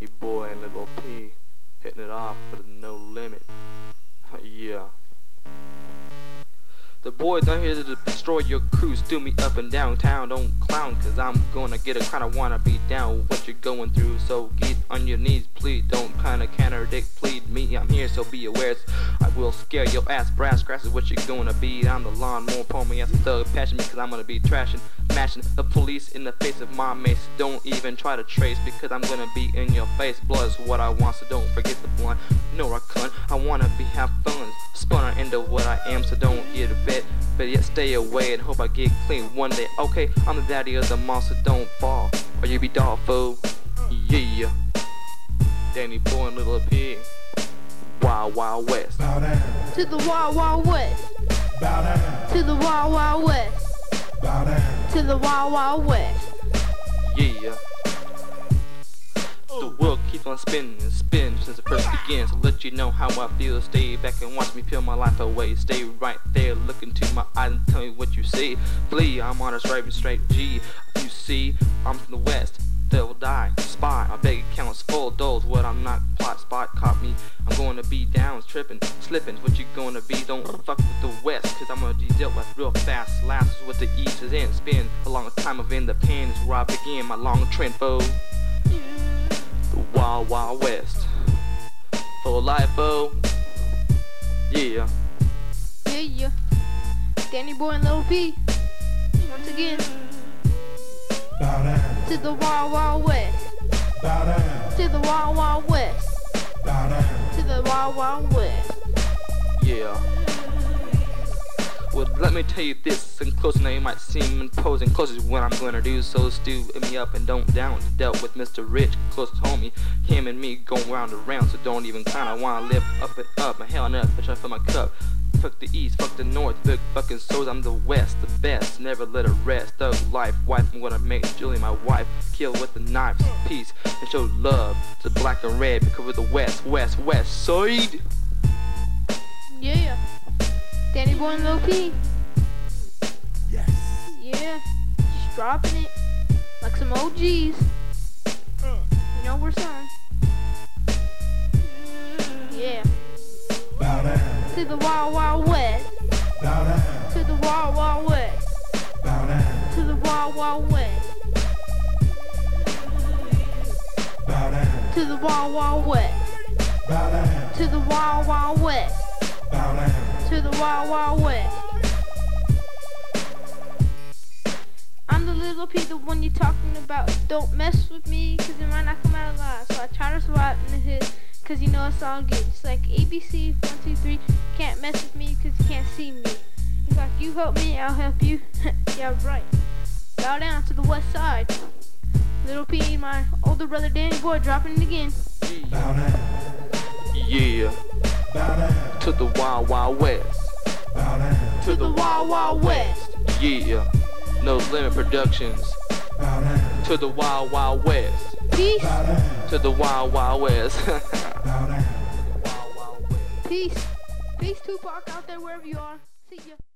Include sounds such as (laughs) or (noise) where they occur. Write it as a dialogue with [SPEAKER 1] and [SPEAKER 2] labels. [SPEAKER 1] Your boy and little P hitting it off with no limit. yeah. The boys are here to destroy your crews. Do me up and downtown. Don't clown, cause I'm gonna get a kinda wanna be down what you're going through. So get on your knees, please. Don't kinda contradict, plead me. I'm here, so be aware. I will scare your ass. Brass grass is what you're gonna be. I'm the lawnmower, pull me ass a thug. Passion me, cause I'm gonna be trashing, mashing the police in the face of my mace. Don't even try to trace, because I'm gonna be in your face. Blood is what I want, so don't forget the blunt. No, I cunt. I wanna be have fun. Spun into what I am, so don't get a bit. But yet stay away and hope I get clean one day. Okay, I'm the daddy of the monster, don't fall. Or you be doll fool. Yeah. Danny Boy and Little Pig. Wild Wild West.
[SPEAKER 2] Bow down,
[SPEAKER 3] To the Wild Wild West.
[SPEAKER 2] bow down,
[SPEAKER 3] To the Wild Wild West.
[SPEAKER 2] bow down.
[SPEAKER 3] To the Wild Wild West.
[SPEAKER 1] Yeah. The world keeps on spinning and spinning since it first began. So let you know how I feel. Stay back and watch me peel my life away. Stay right there, look into my eyes and tell me what you see. Flee, I'm honest, raving straight G. You see, I'm from the West. They'll die, spy. My bank account's full. Those what I'm not plot spot caught me. I'm gonna be down, tripping, slipping. What you gonna be? Don't fuck with the West, cause I'm gonna be dealt with real fast. Last is what the East is in. Spend a long time of in the pen is where I begin my long trend, foe. The Wild Wild West. For life, oh. Yeah.
[SPEAKER 3] Yeah, yeah. Danny Boy and Lil P. Once again,
[SPEAKER 2] Bow down,
[SPEAKER 3] to the Wild Wild West.
[SPEAKER 2] bow down,
[SPEAKER 3] To the Wild Wild West.
[SPEAKER 2] bow down.
[SPEAKER 3] To the Wild Wild West.
[SPEAKER 1] Yeah. Well, let me tell you this, and close now you might seem imposing. Close is what I'm gonna do, so stew me up and don't down. Dealt with Mr. Rich, close homie, him and me going round and round, so don't even kinda wanna lift up and up. And hell no, bitch, I fill my cup. Fuck the east, fuck the north, big fucking souls, I'm the west, the best. Never let it rest. Thug life, wife, I'm gonna make Julie my wife. Kill with the knife, peace, and show love to black and red because we're the west, west, west side.
[SPEAKER 3] Yeah. Danny Boy and Lil P.
[SPEAKER 2] Yes.
[SPEAKER 3] Yeah. Just dropping it. Like some OGs. You know we're some. Yeah.
[SPEAKER 2] Bow down,
[SPEAKER 3] To the Wild Wild West.
[SPEAKER 2] bow down,
[SPEAKER 3] To the Wild Wild West.
[SPEAKER 2] bow down,
[SPEAKER 3] To the Wild Wild West.
[SPEAKER 2] bow down,
[SPEAKER 3] To the Wild Wild West.
[SPEAKER 2] bow down,
[SPEAKER 3] To the Wild Wild West.
[SPEAKER 2] bow down.
[SPEAKER 3] To the Wild Wild West. I'm the little P, the one you're talking about. Don't mess with me, cause you might not come out alive. So I try to survive in the hood, cause you know it's all good. Just like ABC, 123, can't mess with me, cause you can't see me. It's like you help me, I'll help you. (laughs) yeah, right. Bow down to the west side. Little P, my older brother Danny Boy, dropping it again.
[SPEAKER 2] Bow down,
[SPEAKER 1] Yeah.
[SPEAKER 2] bow down,
[SPEAKER 1] to the wild wild west
[SPEAKER 2] bow down,
[SPEAKER 1] to the wild wild west yeah no limit productions
[SPEAKER 2] bow down,
[SPEAKER 1] to the wild wild west
[SPEAKER 3] Peace,
[SPEAKER 2] bow down,
[SPEAKER 1] to the wild wild west (laughs)
[SPEAKER 2] bow down.
[SPEAKER 1] Wild, wild west.
[SPEAKER 3] peace, peace, Tupac out there wherever you are. See ya.